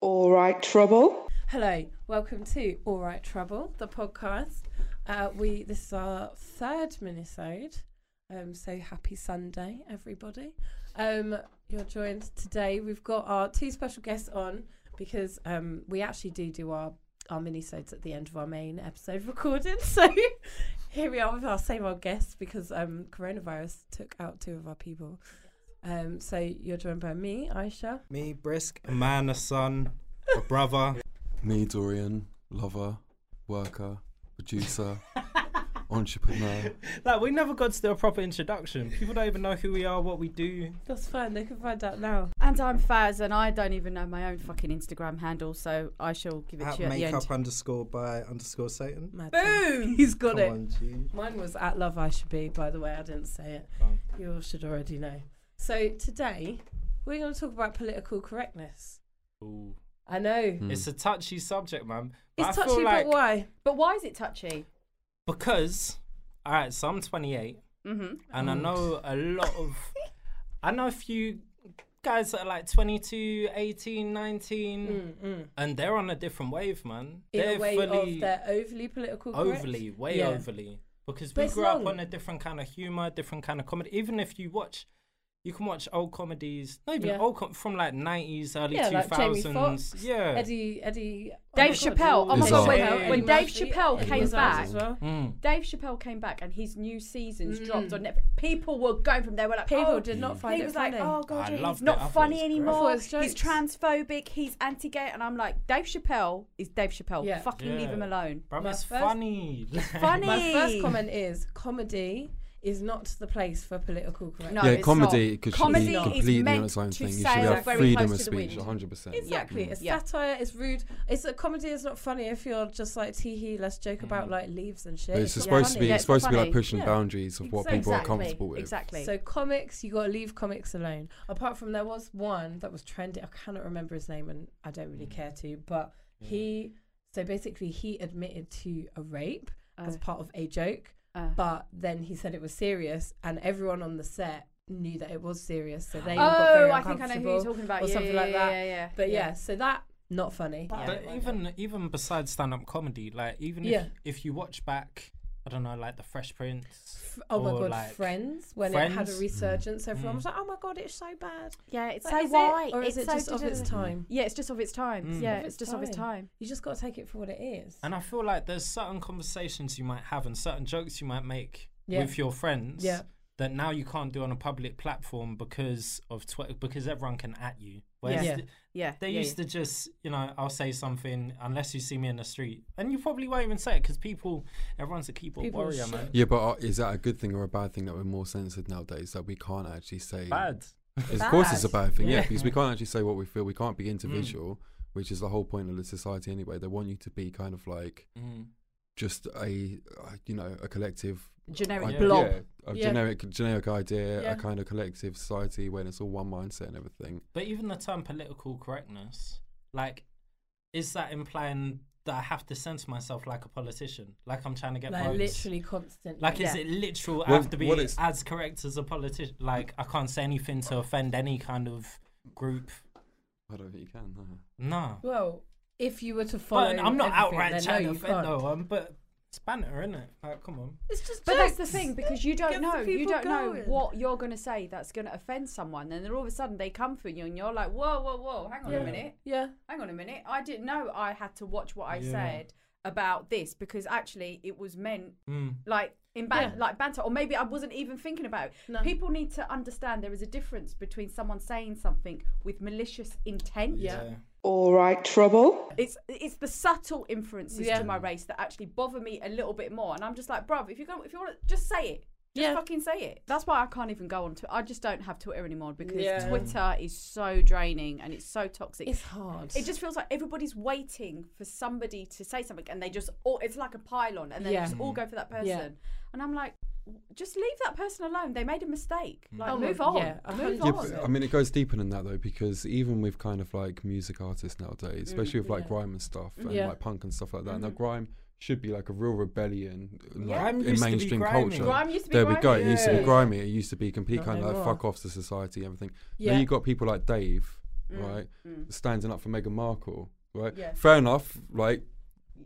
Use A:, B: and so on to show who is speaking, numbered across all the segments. A: All right, trouble.
B: Hello, welcome to All Right Trouble, the podcast. Uh, we this is our third minisode. Um, so happy Sunday, everybody. Um, you're joined today. We've got our two special guests on because um, we actually do do our our minisodes at the end of our main episode recorded. So here we are with our same old guests because um, coronavirus took out two of our people. Um, so you're joined by me, Aisha.
C: Me, Brisk, a man, a son, a brother.
D: Me, Dorian, lover, worker, producer, entrepreneur.
E: Like we never got to do a proper introduction. People don't even know who we are, what we do.
B: That's fine. They can find out now.
F: And I'm Faz, and I don't even know my own fucking Instagram handle, so I shall give it
C: At
F: to you at the end.
C: makeup underscore by underscore Satan.
B: Mad
F: Boom!
B: He's
C: Come
B: got it.
C: on, G.
B: Mine was at love I should be. By the way, I didn't say it.
C: Oh.
B: You all should already know. So today we're going to talk about political correctness. I know
D: Hmm.
E: It's a touchy subject, man. But
B: it's
E: I
B: touchy,
E: feel like
B: but why?
F: But why is it touchy?
E: because, all right, so I'm 28,
F: Mm-hmm.
E: and I
B: Old.
E: know a lot of, I know a few guys that are like 22, 18, 19,
B: Mm, mm.
E: and they're on a different wave, man.
B: In
E: Hmm. they're
B: a way
E: fully
B: of they're overly political correct.
E: overly, way
B: Yeah.
E: overly, because
B: But
E: we
B: it's
E: grew up
B: long.
E: on a different kind of humor, different kind of comedy. Even if you watch. You can watch old comedies, not even
B: Yeah,
E: old com- from like nineties, early two
B: Yeah, like
E: thousands.
B: Jamie Foxx,
E: yeah,
B: Eddie, Eddie,
F: Dave
B: oh my
F: Chappelle.
D: Oh my God,
B: Chappelle,
D: when-
B: Eddie
E: when
F: Dave
B: Murphy,
F: Chappelle
B: Eddie
F: came
B: Murphy's
F: back-
B: as well.
E: Mm.
F: Dave Chappelle came back, and his new seasons
B: Mm.
F: dropped on Netflix. People were going from there. Were like,
B: people
F: oh,
B: did not find
F: he
B: it
F: was
B: funny.
F: like, oh
E: I
F: god, yeah,
E: loved
F: he's
E: it. I
F: not
E: thought it
F: funny
B: I
E: was great.
B: thought
F: anymore.
B: it was
F: He's
B: jokes.
F: transphobic. He's anti-gay, and I'm like, Dave Chappelle is Dave Chappelle.
B: Yeah.
F: Fucking
E: Yeah.
F: leave him alone.
E: Bruv,
B: My
E: it's
B: first-
E: funny.
F: Funny.
B: My first comment is comedy is not the place for political correctness.
F: No,
D: yeah,
F: it's
D: comedy could should
F: Comedy
D: be
F: is
D: completely on
F: meant
D: its own
F: to
D: thing. You should
F: sail
D: have
F: very
D: freedom of
F: close to the
D: speech,
F: wind.
D: 100%.
B: Exactly.
D: Mm.
B: It's
F: Yeah.
B: satire. It's rude. It's a comedy. It's not funny if you're just like tee hee. Let's joke about
E: Mhm.
B: like leaves and shit.
D: Mm. But it's
B: not
D: supposed to
B: funny.
D: be.
F: Yeah,
D: It's
F: it's not
D: supposed to be like
F: funny.
D: pushing
B: Yeah.
D: boundaries of what people are
F: Exactly.
D: comfortable with.
F: Exactly.
B: So comics, you gotta leave comics alone. Apart from there was one that was trendy. I cannot remember his name, and I don't
D: Mm.
B: really care to. But he, so basically, he admitted to a rape as
F: Oh.
B: part of a joke,
F: Uh.
B: but then he said it was serious, and everyone on the set knew that it was serious, so they all got very
F: oh, I think I
B: uncomfortable.
F: know who you're talking about.
B: or
F: yeah,
B: something
F: yeah,
B: like
F: yeah,
B: that.
F: Yeah, yeah.
B: But yeah, so that not funny.
F: Yeah.
E: But even even besides stand up comedy, like even
B: Yeah.
E: if if you watch back, I don't know, like The Fresh Prince.
B: F- Oh my
E: or,
B: god,
E: like,
B: Friends! When it had a
E: Friends?
B: resurgence, everyone
E: Mm.
B: was like, "Oh my god, it's so bad."
F: Yeah, it's
B: Like,
F: so
B: is it?
F: white.
B: or is
F: it's
B: it
F: so
B: just of its
F: da-da-da.
B: time?
F: Yeah, it's just of its time.
E: Mm.
F: Yeah,
B: Of
F: it's,
B: its
F: just of its time.
B: You just got to take it for what it is.
E: And I feel like there's certain conversations you might have and certain jokes you might make
B: Yeah.
E: with your friends
B: Yeah.
E: that now you can't do on a public platform because of Twitter because everyone can at you. Whereas
B: Yeah.
E: th-
F: Yeah.
E: They
F: yeah,
E: used to just, you know, I'll say something unless you see me in the street, and you probably won't even say it because people, everyone's a keyboard
B: People
E: warrior,
B: sh-
E: man.
D: Yeah, but are, is that a good thing or a bad thing that we're more censored nowadays that we can't actually say?
E: Bad.
D: It's- Of course, it's a bad thing. Yeah,
E: Yeah.
D: because we can't actually say what we feel. We can't be
F: Mm.
D: individual, which is the whole point of the society anyway. They want you to be kind of like
E: Mm.
D: just a, uh, you know, a collective
F: yeah. Generic
E: Yeah.
D: I-
F: blob.
D: Yeah, a
B: Yeah.
D: generic generic idea,
B: Yeah.
D: a kind of collective society when it's all one mindset and everything.
E: But even the term political correctness, like, is that implying that I have to censor myself like a politician? Like I'm trying to get
B: like
E: votes?
B: literally constantly.
E: Like, is
F: Yeah.
E: it literal? I
D: Well,
E: have to be
D: what it's-
E: as correct as a politician. Like, I can't say anything to offend any kind of group.
D: I don't think you can. No.
E: No.
B: well, if you were to follow,
E: But I'm not
B: everything,
E: outright
B: then no,
E: trying
B: you
E: to offend
B: can't.
E: no one, but it's banter, isn't it? Like, come on.
B: It's just
F: But that's the
B: jokes.
F: thing because you
B: Gets
F: don't
B: the
F: know. You
B: people
F: don't know
B: going.
F: what you're going to say that's going to offend someone. And then all of a sudden they come for you and you're like, whoa, whoa, whoa, hang on
E: Yeah.
F: a minute.
B: Yeah,
F: Hang on a minute. I didn't know I had to watch what I
E: Yeah.
F: said about this because actually it was meant
E: Mm.
F: like in ban-
B: Yeah.
F: like banter or maybe I wasn't even thinking about it.
B: No.
F: People need to understand there is a difference between someone saying something with malicious intent.
B: Yeah.
A: All right, trouble.
F: It's it's the subtle inferences
B: Yeah.
F: to my race that actually bother me a little bit more, and I'm just like, bruv, if you go, if you want to, just say it. Just
B: Yeah.
F: fucking say it. That's why I can't even go on to. I just don't have Twitter anymore because
B: Yeah.
F: Twitter is so draining and it's so toxic.
B: it's hard.
F: it just feels like everybody's waiting for somebody to say something, and they just all it's like a pylon, and they
B: Yeah.
F: just all go for that person.
B: Yeah.
F: And I'm like, just leave that person alone. They made a mistake. Like,
B: Oh my-
F: move on.
B: yeah, a
F: move
B: hundred
D: Yeah,
F: on.
B: course.
D: but, I mean, it goes deeper than that though, because even with kind of like music artists
F: Mm,
D: nowadays, especially with like
B: yeah.
D: grime and stuff, and
B: Yeah.
D: like punk and stuff like that. Now, grime should be like a real rebellion like,
F: Mm-hmm. Yeah.
E: Grime
D: in
E: used to be
D: mainstream
E: grimy.
D: culture.
F: Grime used to be
D: There we go.
F: grimy.
D: It used to be
E: Yeah.
D: grimy. It used to be complete
B: Not
D: kind of like
B: anymore.
D: fuck off to society, and everything.
B: yeah,
D: Now you got people like Dave, right?
F: mm.
D: Standing up for Meghan Markle, right?
F: Yeah.
D: Fair enough, like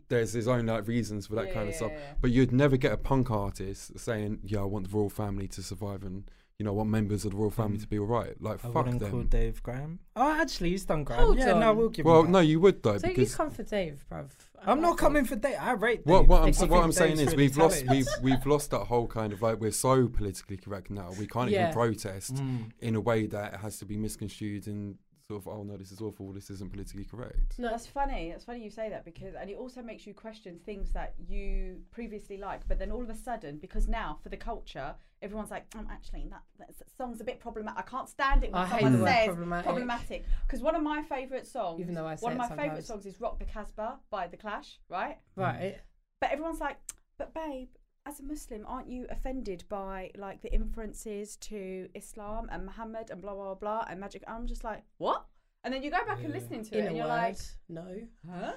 D: there's his own like reasons for that kind of stuff. But you'd never get a punk artist saying, "Yeah, I want the royal family to survive, and you know, I want members of the royal family
E: Mm.
D: to be all right." Like,
E: I
D: fuck
E: wouldn't call
D: them.
E: Dave Graham. Oh, actually, he's done Graham.
B: Hold
E: yeah, no,
B: on.
E: we'll give
D: Well,
E: him that.
D: no, you would though,
B: So you
D: because
B: come for Dave, bruv. I
E: I'm
B: like
E: not
B: Dave.
E: coming for Dave. I rate Dave.
D: what what I'm
E: I
D: sa-
E: think
D: what I'm
E: Dave's
D: saying is
E: really
D: we've lost
E: talented.
D: we've we've lost that whole kind of like we're so politically correct now. We can't
B: Yeah.
D: even protest
E: Mm.
D: in a way that has to be misconstrued and sort of, "Oh no, this is awful. This isn't politically correct."
B: No,
F: That's funny. That's funny you say that because, and it also makes you question things that you previously liked, but then all of a sudden, because now for the culture, everyone's like, um, actually, that, that s- song's a bit problematic. I can't stand it when
B: I hate
F: someone
D: the word
F: says
B: problematic.
F: problematic. Because one of my favourite songs,
B: Even though I say
F: one
B: it
F: of my favourite
B: sometimes.
F: songs is Rock the Casbah by The Clash, right?
B: Right.
F: But everyone's like, but babe, as a Muslim, aren't you offended by like the inferences to Islam and Muhammad and blah blah blah and magic? I'm just like, what? And then you go back and
E: Yeah.
F: listening to
B: In
F: it,
B: a
F: and
B: word,
F: you're like,
B: no.
F: huh?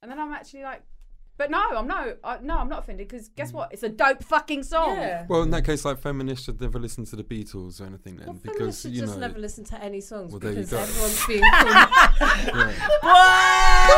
F: And then I'm actually like, but no, I'm no, I, no, I'm not offended because guess
E: Mm.
F: what? It's a dope fucking song.
B: Yeah.
D: Well, in that case, like feminists should never listen to the Beatles or anything then,
B: Um, Well, feminists
D: because
B: should
D: you
B: just
D: know.
B: never listen to any songs
D: Well, there you
B: because
D: go.
B: everyone's being called.
D: yeah.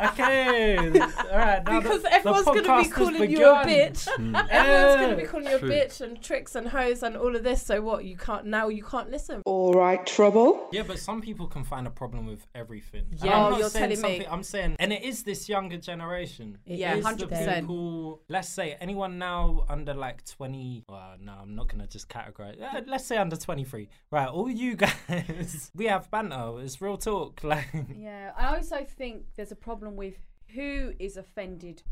E: okay. All right. Now
B: because
E: the,
B: everyone's
E: the
B: going to
E: podcast
B: be
E: has
B: calling you a
E: begun.
B: bitch.
D: Mm.
B: Everyone's going to
E: Yeah.
B: be calling you a
D: True.
B: bitch and tricks and hoes and all of this. So what? You can't now. You can't listen.
A: All right, trouble.
E: Yeah, but some people can find a problem with everything. And
B: Yeah,
F: Oh,
E: I'm not
B: you're
E: saying
B: telling me.
E: something- I'm saying, and it is this younger generation.
B: It
F: Yeah,
E: is the
F: 100%.
E: people- Let's say anyone now under like 20. Well, no, I'm not gonna just categorize. Uh, let's say under 23. Right, all you guys, we have banter. It's real talk. Like,
F: Yeah, I also think there's a problem with who is offended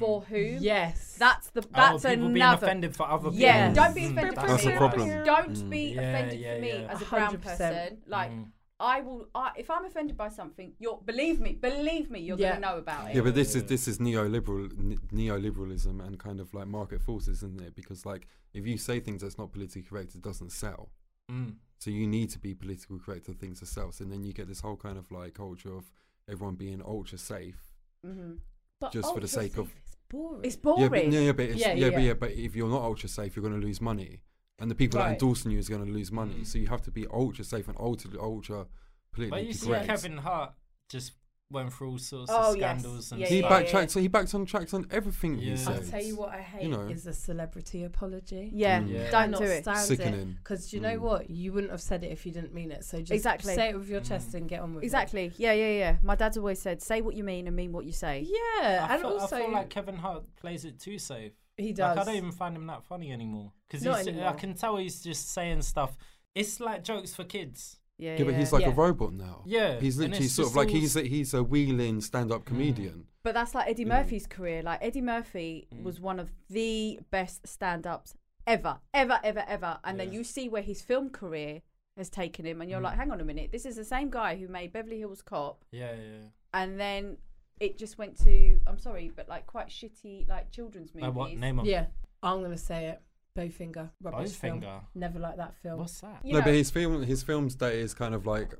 F: for who.
B: Yes.
F: That's the
E: Mm. oh,
F: that's
E: people being
F: another.
E: offended for other people.
F: Yeah, don't be
E: Mm,
F: offended for
D: That's
F: me.
D: a problem.
F: Don't be
E: Yeah,
F: offended
E: yeah,
F: for me
E: yeah.
F: as a brown
B: 100%.
F: person. Like
E: Mm.
F: I will, I, if I'm offended by something, you're believe me, believe me, you're
B: Yeah.
F: gonna know about it.
D: Yeah, but this is this is neoliberal ne- neoliberalism and kind of like market forces, isn't it? Because like if you say things that's not politically correct, it doesn't sell.
E: Mm.
D: So you need to be politically correct for things to sell. So then you get this whole kind of like culture of everyone being ultra safe.
F: hmm
B: But
D: just for the sake of-
B: ultrasafe is boring.
F: It's
D: Yeah, but,
F: boring.
D: yeah, yeah, but it's,
B: Yeah,
D: yeah,
B: yeah,
D: but
B: yeah.
D: yeah, but if you're not ultra safe, you're going to lose money, and the people
F: Right.
D: that endorsing you is going to lose money.
E: Mm.
D: So you have to be ultra safe and ultra ultra politically
E: But you see,
D: correct.
E: Kevin Hart just went through all sorts
F: Oh,
E: of
F: yes.
E: scandals and
F: Yeah,
E: stuff.
D: He
F: yeah,
D: backtracked.
F: yeah.
D: So he backed on tracks on everything
E: Yeah.
D: he
E: I'll
D: said.
B: I'll tell you what I hate
D: know.
B: is a celebrity apology.
F: Yeah,
D: Mm.
E: Yeah.
F: don't
B: Cannot
F: do it.
B: stand
D: Sickening.
B: Because you know
D: Mm.
B: what? You wouldn't have said it if you didn't mean it. So just
F: Exactly.
B: say it with your
E: Mm.
B: chest and get on with
F: Exactly. Yeah, yeah, yeah. My dad's always said, "Say what you mean and mean what you
B: it.
F: say."
B: Yeah.
E: I
B: and
E: feel,
B: also,
E: I feel like Kevin Hart plays it too safe.
B: he does.
E: Like I don't even find him that funny anymore. Because
B: Not
E: I
B: anymore.
E: can tell he's just saying stuff. It's like jokes for kids.
F: Yeah,
D: Yeah, but he's like
B: Yeah.
D: a robot now.
E: Yeah,
D: he's
E: and
D: literally
E: it's
D: sort
E: just
D: of like
E: all- Mm.
D: he's a, he's a wheeling stand-up comedian.
F: But that's like Eddie
D: You know.
F: Murphy's career. Like Eddie Murphy
E: Mm.
F: was one of the best stand-ups ever, ever, ever, ever. And then
E: Yeah.
F: you see where his film career has taken him, and you're
E: Mm.
F: like, "Hang on a minute, this is the same guy who made Beverly Hills Cop."
E: Yeah, yeah.
F: And then it just went to, I'm sorry, but like quite shitty, like children's movies.
E: Like, Uh, what name of
B: Yeah. I'm gonna say it. Bowfinger. Rubbish film.
E: Bowfinger?
B: Never liked that film.
E: What's that?
F: You
D: no,
F: know.
D: but his film his films that is kind of like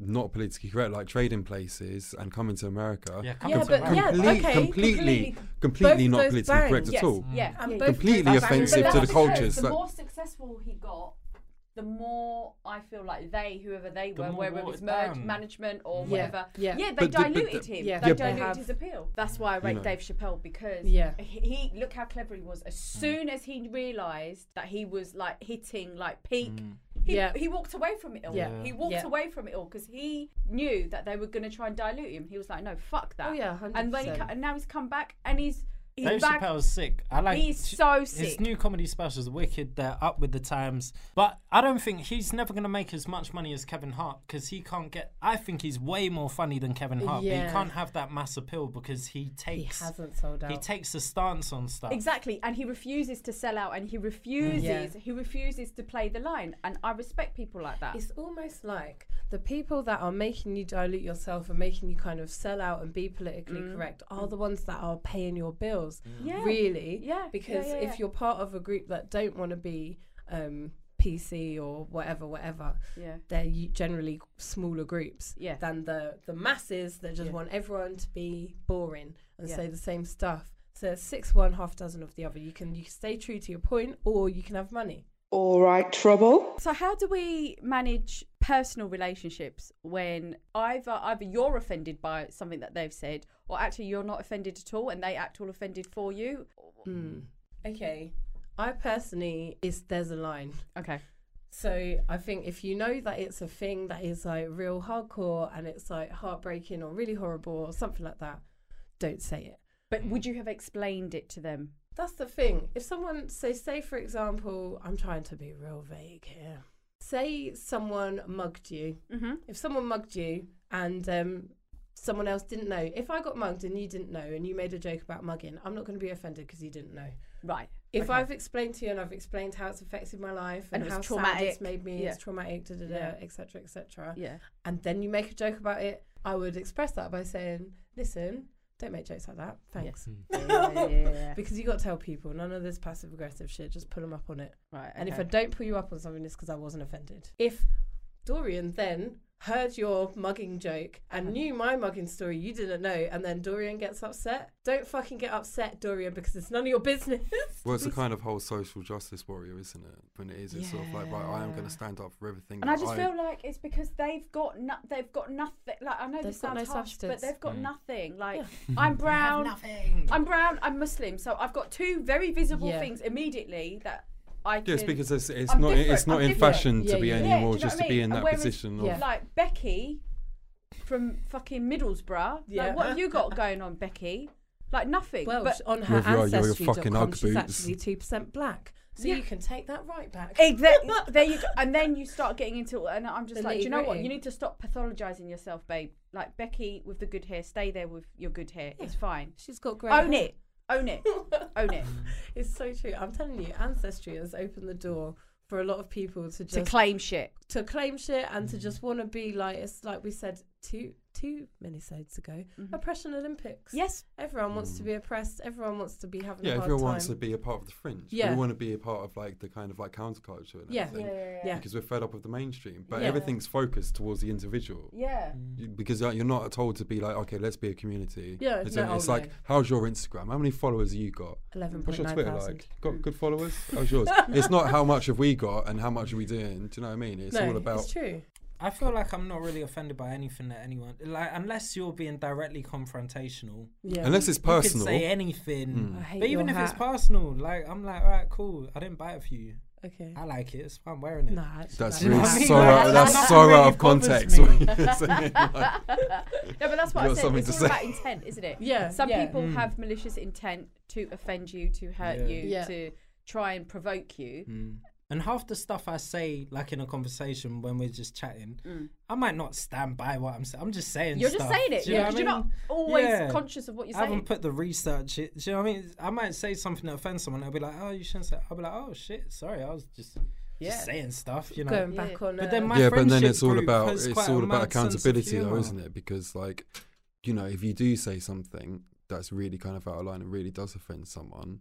D: not politically correct, like Trading Places and Coming to America.
E: Yeah, Coming
B: Yeah,
E: to
B: but
E: America.
B: yeah,
D: Complete-
B: okay,
D: completely,
B: completely.
D: completely,
B: Both of
D: not
B: those
D: politically
B: bang.
D: correct
F: Yes,
D: at all.
F: Yeah,
B: Mm. And
F: yeah.
B: both
D: Completely
B: That's
F: But
D: offensive to the
F: that's because
D: cultures.
F: The
D: like-
F: more successful he got, the more I feel like they, whoever they
E: The
F: were,
E: more
F: whether it was
E: watered
F: merge,
E: down.
F: management or
B: Yeah,
F: whatever,
B: yeah.
F: they
D: But the- but
F: diluted
D: the-
F: him.
B: Yeah,
F: they
B: yeah, but-
F: diluted
B: have-
F: his appeal. That's why I rate
D: know.
F: Dave Chappelle because
B: Yeah.
F: he he- look how clever he was. As
E: Mm.
F: soon as he realised that he was like hitting like peak.
E: Mm.
F: He,
B: Yeah.
F: he walked away from it all.
B: Yeah.
F: He walked
B: Yeah.
F: away from it all because he knew that they were going to try and dilute him. He was like, "No, fuck that."
B: Oh yeah, 100%.
F: And when he co- and now he's come back and he's he's
E: Dave
F: back.
E: Chappelle's sick. I like.
F: He's
E: sh-
F: so
E: His
F: sick.
E: new comedy specials are wicked. They're up with the times. But I don't think he's never going to make as much money as Kevin Hart because he can't get. I think he's way more funny than Kevin Hart. But
B: Yeah.
E: he can't have that mass appeal because he
B: he
E: takes.
B: hasn't sold out.
E: he takes a stance on stuff.
F: Exactly, and he refuses to sell out, and he refuses
B: Yeah.
F: he refuses to play the line, and I respect people like that.
B: It's almost like the people that are making you dilute yourself and making you kind of sell out and be politically correct are the ones that are paying your bills.
F: Yeah.
B: Really.
F: Yeah, yeah,
B: Because
F: yeah, yeah.
B: if you're part of a group that don't want to be um, PC or whatever, whatever,
F: yeah,
B: they're u- generally smaller groups
F: Yeah.
B: than the, the masses that just
F: Yeah.
B: want everyone to be boring and
F: Yeah.
B: say the same stuff. So it's six one, half dozen of the other. You can you can stay true to your point, or you can have money.
A: All right, trouble.
F: So how do we manage personal relationships when either either you're offended by something that they've said, or actually you're not offended at all, and they act all offended for you?
B: Okay. I personally is there's a line.
F: Okay.
B: So I think if you know that it's a thing that is like real hardcore and it's like heartbreaking or really horrible or something like that, don't say it.
F: But would you have explained it to them?
B: That's the thing. If someone say say for example, I'm trying to be real vague here. Say someone mugged you.
F: Mm-hmm.
B: If someone mugged you and um, someone else didn't know, if I got mugged and you didn't know and you made a joke about mugging, I'm not going to be offended because you didn't know.
F: Right.
B: If
F: Okay.
B: I've explained to you and I've explained how it's affected my life
F: And
B: and,
F: it was
B: how sad
F: traumatic.
B: it's made me,
F: Yeah.
B: it's traumatic, da da da,
F: Yeah.
B: etc. etc.
F: Yeah.
B: And then you make a joke about it, I would express that by saying, "Listen, don't make jokes like that. Thanks."
F: Yeah, yeah, yeah, yeah.
B: Because you got to tell people none of this passive aggressive shit. Just pull them up on it.
F: Right.
B: And if I
F: okay.
B: don't pull you up on something, it's because I wasn't offended. If Dorian then heard your mugging joke and knew my mugging story you didn't know, and then Dorian gets upset, don't fucking get upset, Dorian, because it's none of your business.
D: Well, it's a kind of whole social justice warrior, isn't it? When it is, it's sort of like, right, I am going
B: Yeah.
D: to stand up for everything.
F: And I
D: that
F: just feel like it's because they've got no, they've got nothing. Like I know
B: They've
F: this
B: got
F: sounds
B: no
F: harsh, but
B: substance.
F: they've got
E: Mm.
F: nothing. Like I'm brown,
E: Nothing.
F: I'm brown, I'm Muslim, so I've got two very visible
B: Yeah.
F: things immediately that I can.
D: Yes, because it's, it's
F: I'm
D: not
F: different,
D: it's not
F: I'm
D: in
F: different.
D: fashion
B: Yeah,
D: to be
B: yeah.
F: Yeah, do you
D: anymore,
F: know
D: just
F: what
D: to
F: I
D: be
F: mean?
D: in that
F: Whereas-
D: position.
B: yeah.
D: Of,
F: like Becky from fucking Middlesbrough.
B: Yeah.
F: Like what have you got going on, Becky? Like nothing.
B: well,
F: but
B: sh- on her
D: With your- your- your fucking
B: ancestry.com,
D: Ugg
B: she's
D: boots.
B: actually 2% black. So
F: Yeah.
B: you can take that right back.
F: Exactly. there you go. And then you start getting into, and I'm just
B: The
F: like, do you know what?
B: nitty-gritty.
F: You need to stop pathologizing yourself, babe. Like Becky with the good hair, stay there with your good hair. It's fine.
B: She's got great.
F: Own
B: hair.
F: it. Own it. Own it.
B: It's so true. I'm telling you, Ancestry has opened the door for a lot of people to
F: to
B: just
F: claim shit.
B: to claim shit and to just want to be like it's like we said two two minisodes ago
D: Mm-hmm.
B: oppression olympics
F: Yes.
B: everyone wants to be oppressed everyone wants to be having
D: Mm. yeah,
B: a hard
D: everyone
B: time
D: wants to be a part of the fringe.
B: Yeah.
D: We want to be a part of like the kind of like counterculture. And
B: Yeah.
D: everything,
B: yeah
D: Because we're fed up of the mainstream, but
B: Yeah.
D: everything's focused towards the individual.
F: Yeah.
D: You- Because like, you're not told to be like, okay, let's be a community.
B: Yeah,
D: it's,
B: no,
D: it's
B: oh,
D: like,
B: no.
D: how's your Instagram? How many followers have you got? What's your
B: 11.9
D: Twitter
B: thousand
D: like? Got good followers? How's yours? it's not how much have we got and how much are we doing. Do you know what I mean? It's
B: no,
D: all about
B: it's true
E: I feel like I'm not really offended by anything that anyone like, unless you're being directly confrontational.
B: yeah
D: unless it's personal.
E: You could say anything,
B: I hate
E: but even
B: your
E: if it's
B: hat.
E: personal, like I'm like, all right, cool. I didn't buy it for you.
B: okay
E: I like it. It's fine. I'm wearing it.
B: nah, actually,
D: That's
B: no.
D: really
E: I mean?
D: so
E: Like,
D: out, that's
E: nothing
D: so
E: really
D: out of
E: bothers
D: context.
E: me.
D: what you're saying. Like,
F: No, but that's what
D: You
F: I
D: got
F: said.
D: something
F: it's
D: to
F: all
D: say.
F: about intent, isn't it?
B: Yeah,
F: Some
B: yeah.
F: people have malicious intent to offend you, to hurt
E: Hmm. Yeah. Hmm.
F: you,
B: Yeah.
F: to try and provoke you.
E: And half the stuff I say, like in a conversation when we're just chatting, I might not stand by what I'm saying. I'm just saying.
F: Mm. You're just
E: stuff.
F: saying it,
E: Do you
F: yeah,
E: know what
F: 'cause you're
E: I mean?
F: not always
E: Yeah.
F: conscious of what you're
E: I haven't
F: saying.
E: put the research. It, do you know what I mean? I might say something that offends someone. They'll be like, "Oh, you shouldn't say." I'll be like, "Oh shit, sorry, I was just,
F: Yeah.
E: just saying stuff." You know.
B: going back on
E: But then
B: uh,
E: my
D: yeah, but then
E: friendship
D: it's all
E: group
D: about
E: has
D: it's
E: quite
D: all
E: a
D: about
E: mad sense of
D: accountability, though,
E: humour.
D: isn't it? Because like, you know, if you do say something that's really kind of out of line and really does offend someone,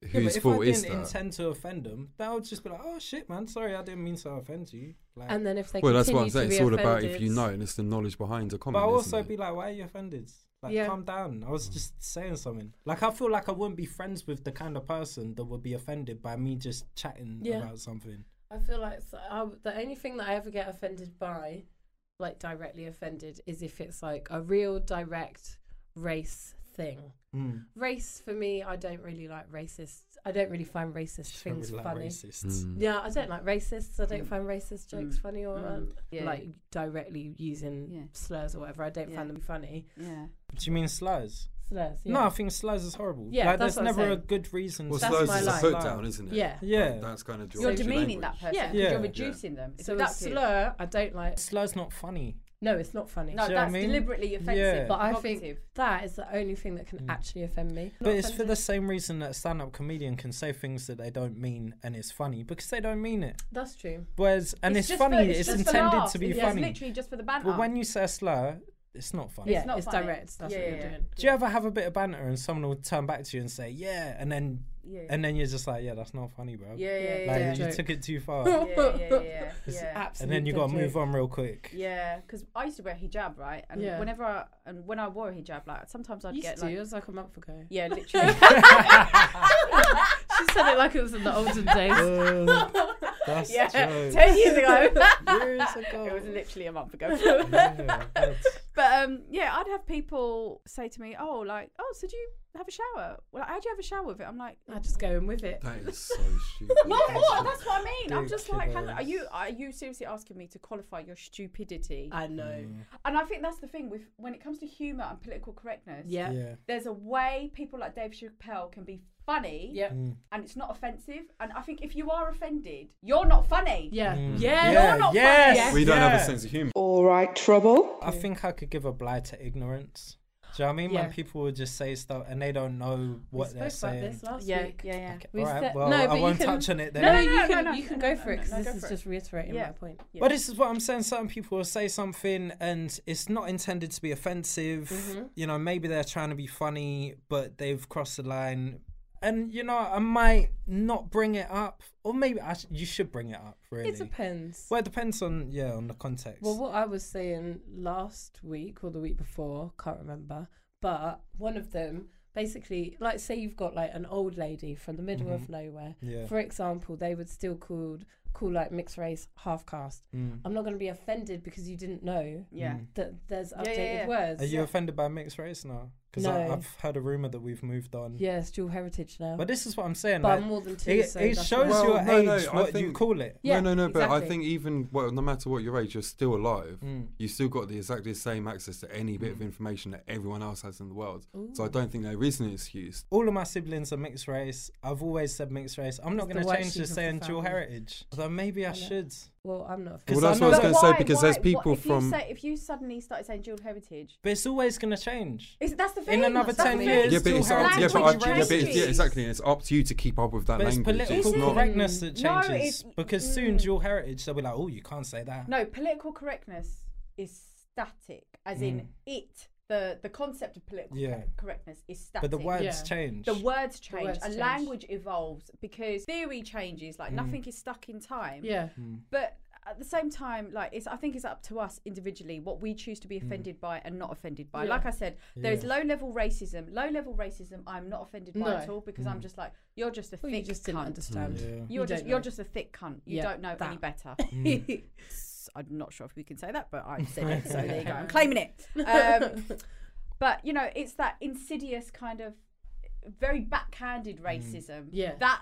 E: Yeah,
D: whose
E: but
D: fault
E: if I
D: is
E: didn't
D: that?
E: intend to offend them, that would just be like, "Oh shit, man, sorry, I didn't mean to offend you." Like,
B: and then if they
D: well, that's what I'm
B: continue to
D: saying.
B: be
D: It's all about
B: offended,
D: if you know, and it's the knowledge behind the
E: but
D: comment.
E: I'll
D: isn't
E: also
D: it? Mm.
E: be like, "Why are you offended?" Like,
B: Yeah.
E: calm down. I was just saying something. Like, I feel like I wouldn't be friends with the kind of person that would be offended by me just chatting
B: Yeah.
E: about something.
B: I feel like s- I w- the only thing that I ever get offended by, like directly offended, is if it's like a real direct race thing.
E: Mm.
B: Race for me, I don't really like racist. I don't really find racist
E: Don't
B: things
E: be like
B: funny.
E: racists.
D: Mm.
B: Yeah, I don't like racists. I don't find racist jokes
F: Mm.
B: funny or
F: Mm.
B: um,
F: Yeah.
B: like directly using
F: Yeah.
B: slurs or whatever. I don't
F: Yeah.
B: find them funny.
F: yeah.
E: Do you mean slurs?
B: Slurs. Yeah.
E: No, I think slurs is horrible.
B: Yeah,
E: like,
B: that's
E: there's
B: what I'm
E: never a
B: saying.
E: good reason.
D: well,
E: to
B: That's
D: slurs
B: my
D: is a
B: life.
D: put down, isn't it?
B: Yeah.
E: Yeah.
D: that's kind of
F: You're
D: your
F: demeaning that person.
D: language.
F: Yeah.
B: Yeah.
E: Yeah.
F: You're reducing them. It's
B: So a
F: reductive.
B: slur, I don't like.
E: Slurs not funny.
B: No, it's not funny.
F: No,
E: Do you know what I
F: that's
E: mean?
F: deliberately offensive.
E: Yeah.
B: But I
F: provocative.
B: think that is the only thing that can actually offend me.
E: Mm. But it's for the same reason that a stand-up comedian can say things that they don't mean and it's funny because they don't mean it.
B: That's true.
E: Whereas, and it's,
F: just
E: funny.
F: for-
E: it's
F: just for
E: intended
F: laughs.
E: to be
F: It's
E: funny.
F: literally just for the banter.
E: But when you say a slur, it's not funny.
B: yeah,
F: not
B: it's
F: funny.
B: direct. That's
F: Yeah,
B: what
F: yeah,
B: you're
F: yeah.
B: doing.
E: Do you ever have a bit of banter and someone will turn back to you and say, "Yeah," and then
F: yeah.
E: and then you're just like, "Yeah, that's not funny, bro."
F: yeah, yeah,
E: Like
F: yeah,
E: you
B: Joke.
E: took it too far,
F: yeah, yeah, yeah, yeah.
E: and then you gotta move on real quick.
F: Yeah, because I used to wear hijab, right? And
B: Yeah.
F: whenever I and when I wore a hijab, like sometimes I'd
B: Used
F: get
B: to,
F: like
B: it was like a month ago.
F: yeah, literally.
B: She said it like it was in the olden days.
C: That's
F: yeah,
C: true.
F: ten years ago.
C: Years
F: it
C: ago.
F: was literally a month ago.
C: Yeah, that's-
F: But um, yeah, I'd have people say to me, "Oh, like, oh, so do you have a shower? Well, how do you have a shower with it?" I'm like,
B: I just go in with it.
D: That is so stupid.
F: "No, what? That's what I mean. I'm just like, hang on, are
C: Ridiculous.
F: you are you seriously asking me to qualify your stupidity?"
B: I know.
E: Mm.
F: and I think that's the thing with when it comes to humour and political correctness.
B: Yeah.
C: yeah.
F: there's a way people like Dave Chappelle can be funny,
B: Yeah.
C: Mm.
F: and it's not offensive. And I think if you are offended, you're not funny.
B: Yeah.
E: Mm.
B: Yeah.
C: Yeah,
F: not funny.
C: yes,
D: We don't have
C: yeah.
D: a sense of humour.
A: All right, trouble.
E: I think I could give a blight to ignorance. Do you know what I mean?
B: Yeah.
E: When people would just say stuff and they don't know
B: We
E: what they're
B: spoke about
E: saying.
B: this last
F: yeah,
B: week.
F: yeah, yeah.
E: Okay,
B: We
E: all right,
B: said-
E: well,
B: no,
E: I
B: but you
E: won't
B: can-
E: touch on it then.
B: No,
F: No,
B: you
F: no,
B: can
F: no, no,
B: you can
F: no,
B: go
F: no,
B: for it
F: no,
B: because
F: no,
B: this
F: go
B: is
F: for it.
B: just reiterating
F: Yeah.
B: my point.
F: Yeah.
E: But this is what I'm saying. Certain people will say something and it's not intended to be offensive.
B: Mhm.
E: You know, maybe they're trying to be funny, but they've crossed the line. And you know, I might not bring it up, or maybe I sh- you should bring it up. Really,
B: It depends.
E: well, it depends on yeah, on the context.
B: Well, what I was saying last week or the week before, can't remember, but one of them basically, like, say you've got like an old lady from the middle of nowhere.
E: Mm-hmm. yeah,
B: For example, they would still called call like mixed race half caste.
E: Mm.
B: I'm not going to be offended because you didn't know
F: Yeah.
E: Mm.
B: that there's
F: Yeah,
B: updated
F: yeah, yeah.
B: words.
E: Are you offended by mixed race now? Because
B: No.
E: I've heard a rumor that we've moved on.
B: Yeah, it's dual heritage now.
E: But this is what I'm saying.
B: But
E: like,
B: I'm more than two.
E: it,
B: so
E: it
B: that's fine.
E: shows
D: Well,
E: your
D: no,
E: age
D: no, I
E: what you
D: think-
E: call it.
B: Yeah,
D: no, no, no. But I
B: exactly.
D: think even well, no matter what your age, you're still alive.
E: Mm.
D: You still got the exactly same access to any bit of information that everyone else has in the world. So I don't think there is an excuse.
E: all of my siblings are mixed race. I've always said mixed race. I'm not
B: It's
E: going
B: the
E: to
B: white
E: change
B: sheep
E: to
B: of the
E: saying dual
B: family.
E: heritage. Although maybe I
B: Yeah.
E: should.
B: Well, I'm not.
E: Well,
B: offended.
E: that's what I was
F: But
E: gonna
D: say
F: why-
D: because
F: why-
D: there's
F: what-
D: people
F: if You
D: from-
F: say, if you suddenly started saying dual heritage,
E: But it's always going to change.
F: is that's the thing.
E: In another
F: that's
E: 10
F: the
E: years,
F: thing.
D: yeah, but
E: dual
D: it's up, yeah, but I,
E: heritage
D: yeah, but it's, yeah,
F: Languages.
D: exactly. And it's up to you to keep up with that
E: But it's
D: language.
E: political
F: Isn't-
E: correctness that
F: No,
E: changes.
F: it's-
E: because soon
F: mm.
E: dual heritage, they'll be like, oh, you can't say that.
F: No, political correctness is static, as in it. The the concept of political
E: Mm. Yeah.
F: correct- correctness is static.
E: but the words
B: Yeah.
E: change.
F: The words change
B: words
F: and
B: change.
F: language evolves because theory changes.
E: Mm.
F: Like nothing is stuck in time.
B: Yeah.
F: But at the same time, like it's, I think it's up to us individually what we choose to be offended by and not offended by.
B: Hmm. Yeah.
F: Like I said, there is
E: Yeah.
F: low level racism. Low level racism, I'm not offended by
B: No. Hmm.
F: at all because I'm just like you're just a
B: Well, you
F: thick
B: just
F: cunt.
B: didn't understand.
E: Yeah.
F: You're
B: You
F: just
B: don't
F: you're
B: know.
F: just a thick cunt. You
B: Yeah,
F: don't know any
B: that. Hmm.
F: better. S- I'm not sure if we can say that, but I said it, so there you go. I'm claiming it. Um, but you know, it's that insidious kind of very backhanded racism.
B: Hmm. Yeah.
F: that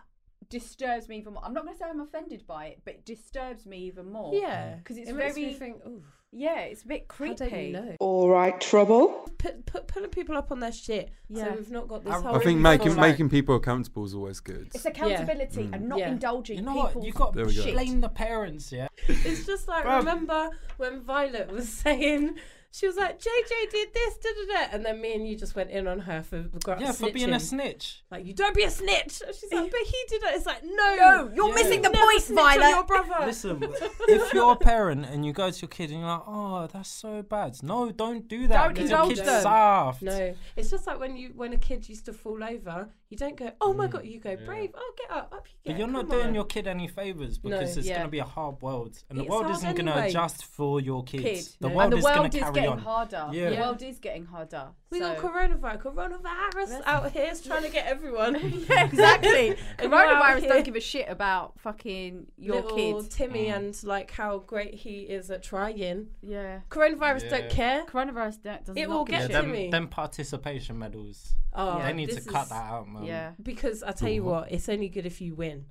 F: disturbs me even more. I'm not going to say I'm offended by it, but it disturbs me even more.
B: yeah.
F: 'Cause it's
B: Mm. it makes me
F: very
B: think. "Ooh,
F: Yeah, it's a bit
B: How
F: creepy.
B: do you know?
A: All right, trouble.
B: put, put, pulling people up on their shit.
F: Yeah.
B: So we've not got this
E: I- I
B: whole.
D: I
E: Already
D: think making
E: feel like-
D: making people accountable is always good.
F: It's accountability and not
B: Yeah.
F: indulging
E: Hmm. You know
F: people's
E: what? You've got
D: There
E: to
D: we go.
E: blame the parents, yeah?
B: It's just like remember when Violet was saying she was like JJ did this, da da da, and then me and you just went in on her for gr-
E: Yeah, for being a Eh.
B: snitching.
E: snitch.
B: like you don't be a snitch. And she's like, but he did it. It's like no,
F: No, you're
E: Yeah.
F: missing the
B: Never
F: point,
B: snitch on
F: Violet.
B: your brother.
E: Listen, if you're a parent and you go to your kid and you're like, oh, that's so bad. No, don't do that.
F: Don't
E: 'cause
B: indulge
E: your kid's
B: them.
E: soft.
B: No, it's just like when you when a kid used to fall over, you don't go, oh
D: Mm.
B: my god, you go brave, oh get up, up you get.
E: But you're not
B: come
E: doing
B: on."
E: your kid any favors
B: No,
E: because it's
F: yeah.
E: going to be a hard world, and
B: It's
E: the world
B: hard
E: isn't going to
B: anyway.
E: adjust for your
F: Kid.
E: kids. The
B: No.
E: world
F: and the
E: is
F: world
E: going
F: is
E: to carry
F: getting
E: on.
F: harder.
E: Yeah.
F: The
E: Yeah.
F: world is getting harder.
B: We got
F: so-
B: coronavirus. Coronavirus out here is trying to get everyone.
F: exactly.
B: And we're out
F: Coronavirus
B: here.
F: don't give a shit about fucking your
B: little
F: kids.
B: Timmy
E: Mm.
B: and like how great he is at trying.
F: Yeah.
B: Coronavirus don't
E: Yeah.
B: care.
F: Coronavirus don't, does
B: It
F: not
B: will
F: give a
B: get
F: shit.
B: to me.
E: them, them participation medals.
B: Oh,
E: they need to
B: this
E: cut
B: is-
E: that out, man.
F: Yeah.
B: Because I tell you what, it's only good if you win.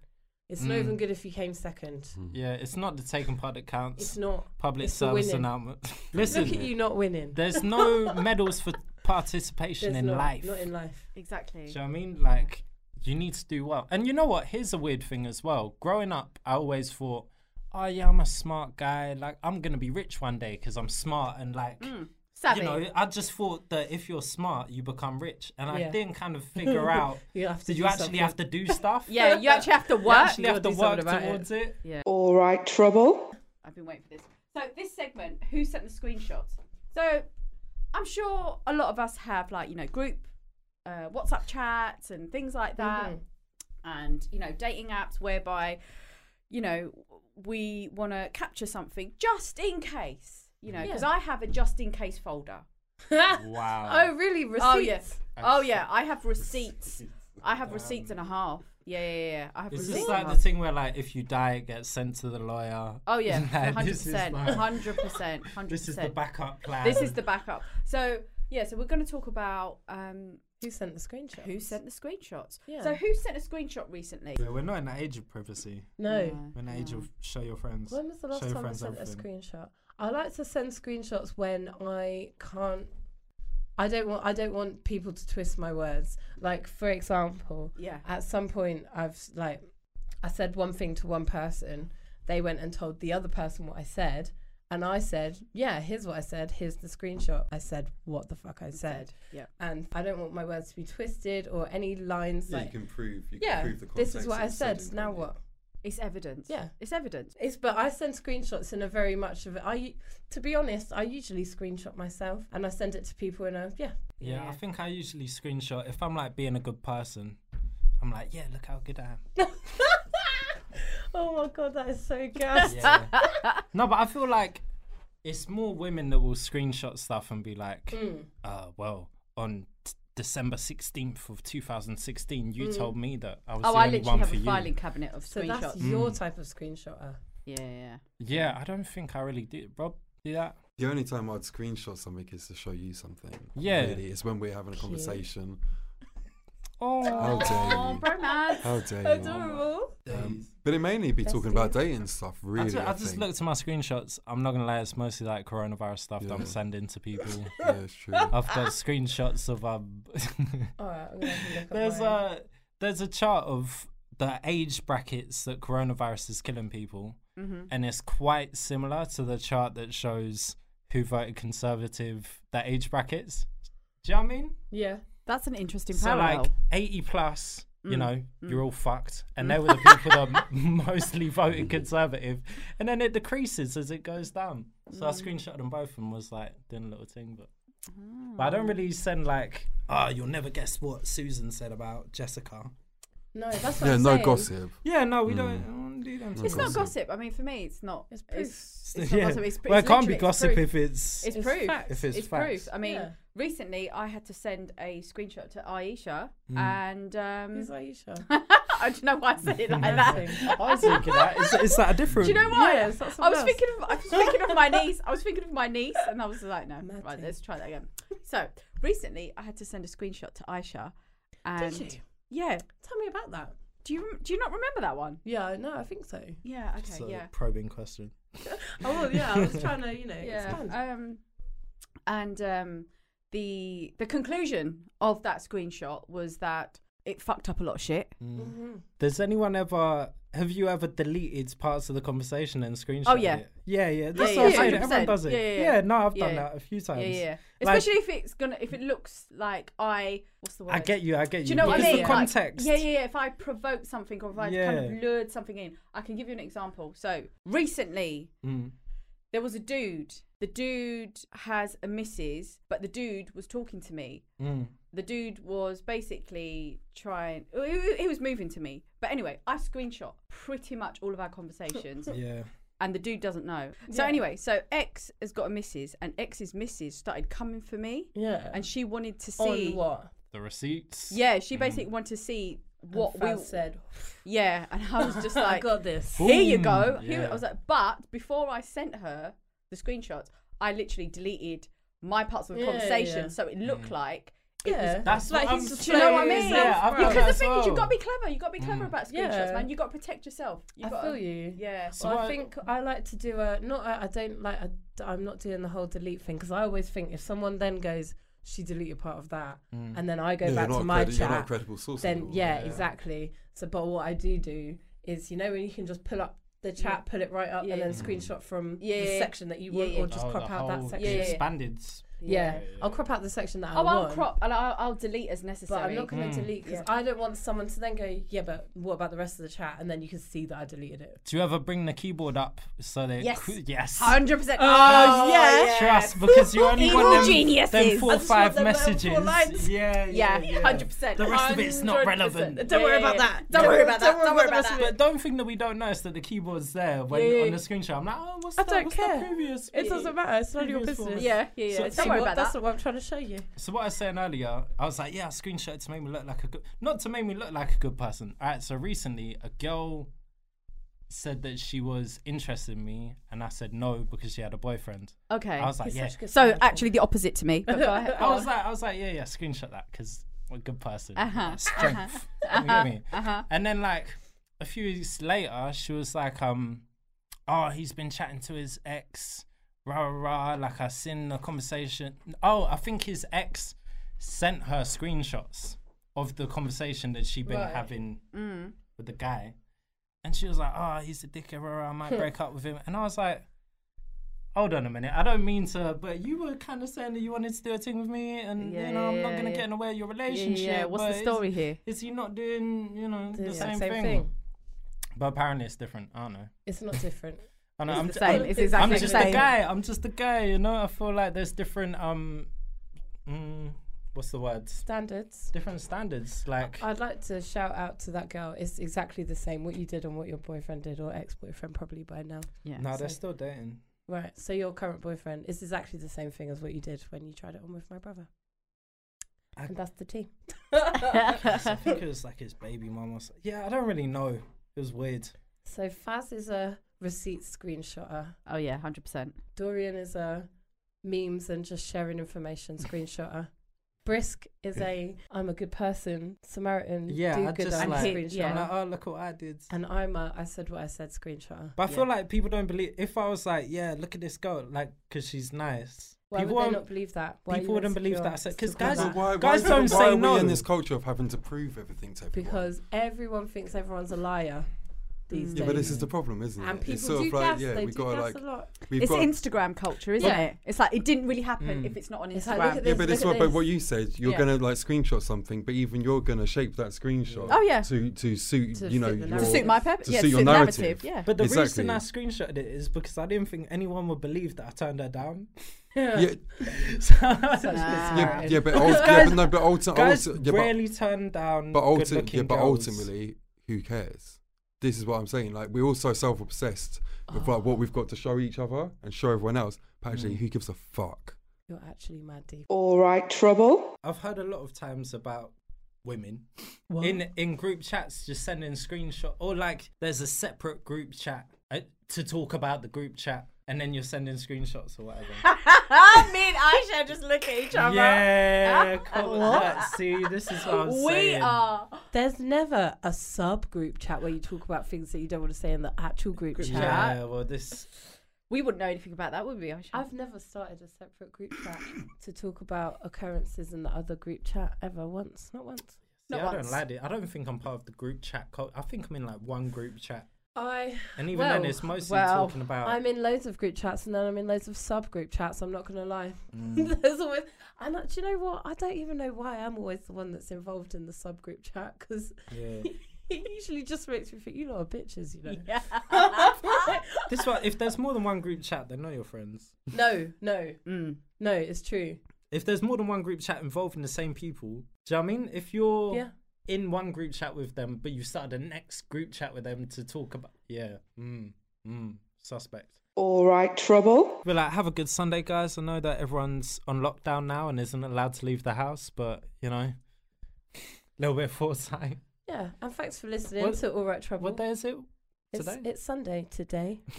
B: It's not
E: Mm.
B: even good if you came second.
E: Yeah, it's not the taking part that counts.
B: It's not.
E: Public
B: it's the
E: service
B: winning.
E: announcement. Listen,
B: Look at you not winning.
E: there's no medals for participation
B: There's
E: in
B: not,
E: life.
B: Not in life.
F: Exactly.
E: Do you know what I mean? Like, you need to do well. And you know what? Here's a weird thing as well. Growing up, I always thought, oh, yeah, I'm a smart guy. Like, I'm going to be rich one day because I'm smart. And, like,
B: Mm,
F: Savvy.
E: you know, I just thought that if you're smart, you become rich. And I
B: Yeah.
E: didn't kind of figure out
B: You have to.
E: that you
B: do
E: actually
B: something.
E: have to do stuff.
F: yeah, you actually have to
E: You
F: work.
E: actually have to
B: do something
E: work
B: about it.
E: towards it.
A: All right, trouble.
F: I've been waiting for this. So this segment, who sent the screenshots? So I'm sure a lot of us have like you know group uh, WhatsApp chats and things like that,
B: Mm-hmm.
F: and you know dating apps whereby you know we want to capture something just in case. You know, because
B: Yeah.
F: I have a just in case folder.
E: Wow.
B: oh really? Receipts.
F: Oh yes. Oh yeah, I have receipts. I have receipts and a half. Yeah, yeah, yeah, yeah. I have
E: Is
F: receipts.
E: this
F: and a
E: like the
F: half.
E: thing where like if you die it gets sent to the lawyer?
F: Oh yeah,
E: Like,
F: hundred
E: this is
F: percent,
E: like-
F: hundred percent, hundred percent.
E: This is the backup plan.
F: This is the backup. So yeah, so we're going to talk about um,
B: Who sent the screenshot?
F: who sent the screenshots.
B: Yeah.
F: So who sent a screenshot recently?
E: Yeah, We're not in that age of privacy.
B: No.
E: We're in that age of show your friends.
B: When was the last
E: show your
B: time I
E: friends
B: sent
E: everything.
B: a screenshot? I like to send screenshots when I can't. I don't want. I don't want people to twist my words. Like for example,
F: Yeah.
B: at some point I've like, I said one thing to one person. They went and told the other person what I said, and I said, "Yeah, here's what I said. Here's the screenshot. I said what the fuck I said."
F: Yeah.
B: And I don't want my words to be twisted or any lines
D: Yeah, you
B: like,
D: can prove. You
B: "Yeah,
D: can prove the
B: this is
D: context
B: what
D: that
B: I
D: it's
B: said.
D: said in,
B: Now
D: can't you?
B: what?"
F: It's evidence.
B: Yeah.
F: It's evidence.
B: It's but I send screenshots in a very much of it. I to be honest, I usually screenshot myself and I send it to people and I yeah.
E: Yeah, I think I usually screenshot if I'm like being a good person. I'm like, yeah, look how good I am.
B: oh my god, that is so gas.
E: Yeah. no, but I feel like it's more women that will screenshot stuff and be like, uh, well, on t- December 16th of 2016, you told me that I was
F: Oh,
E: the
F: I
E: only
F: literally
E: one
F: have
E: for
F: a
E: you.
F: filing cabinet of
B: So
F: screenshots.
B: that's your
D: Mm.
B: type of uh. screenshotter.
F: Yeah, yeah.
E: Yeah, I don't think I really did. Rob, do that?
D: The only time I'd screenshot something is to show you something.
E: Yeah.
D: Really, it's when we're having a conversation. How
E: Oh,
D: dare
F: Oh,
D: you?
F: romance.
D: How dare you? Um, but it mainly be talking about dating stuff,
E: I
D: really.
E: ju- I
D: I,
E: just,
D: think.
E: looked at my screenshots. I'm not gonna lie, it's mostly like coronavirus stuff that
D: Yeah.
E: I'm sending to people.
D: Yeah, it's true.
E: I've got screenshots of um.
B: Alright, I'm gonna have a look at
E: there's uh,
B: mine.
E: a there's a chart of the age brackets that coronavirus is killing people, and it's quite similar to the chart that shows who voted conservative. That age brackets. Do you know what I mean?
B: Yeah.
F: That's an interesting
E: So
F: parallel.
E: like 80 plus,
F: Mm.
E: you know, you're all fucked. And they were the people that mostly voted conservative. And then it decreases as it goes down. So
F: Mm.
E: I screenshot them both and was like doing a little thing, but
F: Oh.
E: but I don't really send like, oh, you'll never guess what Susan said about Jessica.
B: No, that's what
D: yeah,
B: I'm
D: no
B: saying.
D: gossip.
E: Yeah, no, we don't, I don't do them.
F: Mm. it's not
D: gossip.
F: gossip. I mean, for me, it's not.
B: It's proof.
F: it's not gossip, it's pr-
E: well, it
F: it's
E: can't be
F: literally- it's
E: gossip
F: proof.
E: if it's.
F: It's,
B: It's
F: proof.
B: facts.
E: If it's
F: proof.
E: facts.
F: I mean,
B: Yeah.
F: recently I had to send a screenshot to Aisha, and um,
B: Who's Aisha?
F: I don't know why I said it like that.
E: I was thinking that. Is, is that a different.
F: Do you know what?
B: Yes, that's
F: I was
B: something else.
F: thinking of I was thinking of my niece. I was thinking of my niece, and I was like, no,
B: Mad
F: right,
B: thing.
F: let's try that again. So recently, I had to send a screenshot to Aisha, and
B: Did you?
F: yeah,
B: Tell me about that.
F: do you rem- do you not remember that one?
B: Yeah, no, I think so.
F: Yeah, okay,
E: It's a
F: yeah,
E: probing question.
B: Oh well, yeah, I was trying to, you know,
F: yeah.
B: expand.
F: Um, and um, the the conclusion of that screenshot was that it fucked up a lot of shit.
E: Mm. Does anyone ever have you ever deleted parts of the conversation and screenshot?
F: Oh, yeah.
E: it? yeah, yeah. That's
F: yeah,
E: what I'm saying.
F: 100%.
E: Everyone does it.
F: Yeah, yeah, yeah.
E: no, I've
F: Yeah.
E: done that a few times.
F: Yeah, yeah.
E: Like-
F: Especially if it's gonna if it looks like I what's the word?
E: I get you. I get you.
F: Do you know what I
E: because
F: mean?
E: The
F: Like,
E: context.
F: yeah, yeah, yeah. If I provoke something or if I kind
E: Yeah.
F: of lured something in, I can give you an example. So recently,
E: Mm.
F: there was a dude. The dude has a missus, but the dude was talking to me.
E: Mm.
F: The dude was basically trying. He he- he was moving to me, but anyway, I screenshot pretty much all of our conversations,
E: Yeah.
F: and the dude doesn't know. So
B: Yeah.
F: anyway, so X has got a missus, and X's missus started coming for me,
B: Yeah.
F: and she wanted to see.
B: on what?
E: The receipts.
F: Yeah, she basically wanted to see what
B: and
F: we
B: Faz said.
F: yeah, and I was just like,
B: I got this.
F: here you go.
E: Boom.
F: Here-
E: Yeah.
F: I was like, but before I sent her the screenshots, I literally deleted my parts of the
B: Yeah,
F: conversation,
B: yeah.
F: so it
E: Mm.
F: looked like it
B: Yeah.
F: was.
E: That's
B: Like,
E: what I'm
B: he's just
F: Do you know what I
B: playing
F: mean?
B: himself,
E: Yeah, I've
B: bro.
E: got
F: Because the
E: that
F: thing is, you've
E: as
F: got to be clever. You've got to be clever
E: Mm.
F: about screenshots,
B: Yeah.
F: man. You've got to protect yourself. You
B: I
F: got
B: feel
F: to,
B: you.
F: Yeah.
E: So
B: Well, I
E: I-
B: think I like to do a not. I I don't like. I, I'm not doing the whole delete thing because I always think if someone then goes, she deleted part of that,
E: Mm.
B: and then I go
D: Yeah,
B: back
D: you're,
B: to
D: not
B: my
D: credi- you're not a
B: chat.
D: credible source.
B: Then
D: anymore.
B: yeah, exactly. So, but what I do do is, you know, when you can just pull up the chat, pull it right up,
F: Yeah.
B: and then screenshot from
F: Yeah,
B: the
F: yeah.
B: section that you
F: Yeah,
B: want,
F: yeah.
B: or just
E: Oh,
B: crop
E: the
B: out that
E: whole
B: section.
F: Yeah,
B: Yeah.
F: yeah.
E: Expanded.
B: I'll crop out the section that I
F: Oh,
B: want.
F: I'll crop and I'll, I'll delete as
B: But
F: necessary.
B: I'm not
E: Mm.
B: going to 'cause delete because
F: Yeah.
B: I don't want someone to then go, yeah, but what about the rest of the chat? And then you can see that I deleted it.
E: Do you ever bring the keyboard up so that? it
F: Yes.
E: cr- yes.
F: Hundred percent.
E: Oh, Trust because you only
F: Evil
E: want them, them
F: geniuses.
E: four
F: I
E: or
F: just want
E: five
F: them little four
E: messages.
F: lines.
E: Yeah,
F: Yeah,
E: yeah,
F: hundred percent.
E: The rest of it's not relevant.
F: Don't worry about that. Don't worry about that. Don't worry about that.
E: But don't think that we don't notice that the keyboard's there when
F: Yeah, yeah,
E: on
F: yeah.
E: the screenshot. I'm like, oh, what's
B: I
E: that?
B: don't
E: what's
B: care.
E: That previous.
B: It doesn't matter. It's none of your
E: Previous
B: business.
E: woman.
F: Yeah, yeah, yeah.
E: So-
F: it's Don't worry
B: what-
F: about
B: that's
F: that.
B: what I'm trying to show you.
E: So what I was saying earlier, I was like, yeah, I screenshot it to make me look like a good, not to make me look like a good person. All right. So recently, a girl said that she was interested in me, and I said no because she had a boyfriend.
F: Okay.
E: I was like, yeah.
F: so actually, the opposite to me. But go ahead.
E: I was like, I was like, yeah, yeah, screenshot that because we're a good person.
F: Uh-huh,
E: Strength. You get me? And then like a few weeks later, she was like, um, oh, he's been chatting to his ex, rah rah rah. Like I seen the conversation. Oh, I think his ex sent her screenshots of the conversation that she'd been having
F: Mm.
E: with the guy. And she was like, oh, he's a dickhead, rah, rah, I
F: Hmm.
E: might break up with him. And I was like, hold on a minute, I don't mean to, but you were kind of saying that you wanted to do a thing with me and,
F: Yeah,
E: you know, I'm
F: yeah,
E: not going to
F: yeah.
E: get in the way of your
F: Yeah,
E: relationship.
F: yeah, yeah. What's
E: but
F: the
E: is-
F: story here?
E: Is, he not doing, you know, the
B: Doing
E: same, thing? But apparently it's different, I don't know.
B: It's not different.
E: I know
F: It's
E: I'm
F: the
E: ju-
F: same.
E: I'm-
F: It's
E: I'm
F: exactly the
E: just
F: same.
E: a guy. I'm just a guy. You know, I feel like there's different um, mm, what's the word?
B: Standards.
E: Different standards. Like
F: Oh,
B: I'd like to shout out to that girl. It's exactly the same what you did and what your boyfriend did, or ex boyfriend probably by now.
F: Yeah.
E: no, they're
B: so-
E: still dating.
B: Right. So your current boyfriend is exactly the same thing as what you did when you tried it on with my brother.
E: I-
B: and that's the tea.
E: So I think it was like his baby mum or something. Yeah, I don't really know. It was weird.
B: So Faz is a receipt screenshotter.
F: oh yeah, hundred percent.
B: Dorian is a memes and just sharing information screenshotter. Brisk is a I'm a good person, Samaritan,
E: Yeah,
B: do
E: I
B: good
E: just
B: and
E: like-
B: screenshotter.
F: Yeah.
E: I'm like, oh look what I did.
B: And I'm a I said what I said screenshotter.
E: But I feel like people don't believe. If I was like, yeah, look at this girl, like, cause she's nice.
B: Why
E: people
B: would they
E: won't-
B: not believe that? Why are
E: people
B: you
E: wouldn't believe
B: insecure?
E: that. So-
B: It's
E: 'cause
B: talking
E: guys-
B: about-
D: But why,
E: Guys
D: why,
E: don't
D: why
E: say
D: are
E: no.
D: we in this culture of having to prove everything to everyone?
B: because everyone thinks everyone's a liar these
D: yeah,
B: days.
D: but this is the problem, isn't it?
B: and people
D: it's sort
B: do
D: of like
B: gas.
D: yeah,
B: they
D: we
B: do
D: got
B: gas
D: like
B: a lot.
D: we've
F: it's
D: got
F: Instagram culture, isn't
B: Yeah.
F: it? It's like it didn't really happen if Mm. it's not on Instagram.
B: It's like, look at this.
D: yeah, but
B: look
D: it's
B: at
D: what, but
B: this.
D: what you said, you're
B: Yeah.
D: gonna like screenshot something, but even you're gonna shape that screenshot.
F: Oh, yeah.
D: To to suit
B: To
D: you know
B: fit the
D: your,
F: to
B: narrative.
F: suit my purpose.
D: to
F: yeah,
D: suit your
F: the
D: narrative.
F: Yeah.
E: But the reason
D: Exactly.
E: I screenshotted it is because I didn't think anyone would believe that I turned her down.
D: yeah,
E: So
F: Nah.
D: yeah,
B: Alright.
D: yeah, but ult- yeah, but no, but ulti-
E: guys
D: ulti- yeah, but-
E: rarely turn down.
D: but ulti-
E: good-looking
D: yeah, but
E: girls.
D: ultimately, who cares? This is what I'm saying. Like we're all so self obsessed with like what we've got to show each other and show everyone else. But actually,
E: Mm.
D: who gives a fuck?
B: You're actually mad deep.
A: All right, trouble.
E: I've heard a lot of times about women in in group chats just sending screenshot or like there's a separate group chat uh, to talk about the group chat and then you're sending screenshots or whatever.
F: Me and Aisha just look at each other.
E: yeah, cool. Like, see, this is what I'm
F: We
E: saying.
F: are.
B: There's never a subgroup chat where you talk about things that you don't want to say in the actual group chat.
E: Yeah, well, this
F: We wouldn't know anything about that, would we, Aisha?
B: I've never started a separate group chat to talk about occurrences in the other group chat ever once. Not once.
F: Not
E: yeah, I don't
F: once.
E: like it. I don't think I'm part of the group chat. cult. I think I'm in like one group chat,
B: I
E: and even
B: well,
E: then, it's mostly
F: well,
E: talking about.
B: I'm in loads of group chats and then I'm in loads of subgroup chats. I'm not gonna lie.
E: Mm.
B: There's always and uh, do you know what? I don't even know why I'm always the one that's involved in the subgroup chat because
E: yeah.
B: it usually just makes me think you lot are bitches, you know.
F: Yeah.
E: this one, if there's more than one group chat, they're not your friends.
B: No, no,
F: Mm.
B: no. It's true.
E: If there's more than one group chat involving the same people, do you know what I mean? If you're
B: Yeah.
E: in one group chat with them, but you started the next group chat with them to talk about, yeah, mm, mm, suspect.
A: All right, trouble.
E: We're like, have a good Sunday, guys. I know that everyone's on lockdown now and isn't allowed to leave the house, but you know, little bit of foresight.
B: Yeah, and thanks for listening
E: What-
B: to All Right Trouble.
E: What day is it?
B: it's,
E: today?
B: it's Sunday today.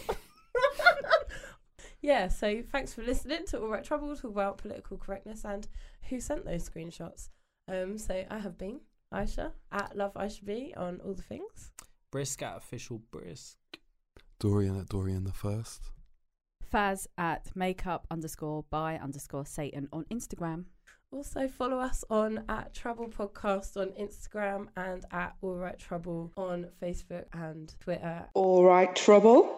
B: yeah, so thanks for listening to All Right Trouble, talk about political correctness and who sent those screenshots. Um, so I have been Aisha at Love Aisha B on all the things.
E: Brisk at official brisk.
D: Dorian at Dorian the first.
F: Faz at makeup underscore by underscore Satan on Instagram.
B: Also follow us on at Trouble Podcast on Instagram and at All Right Trouble on Facebook and Twitter.
A: All right, trouble.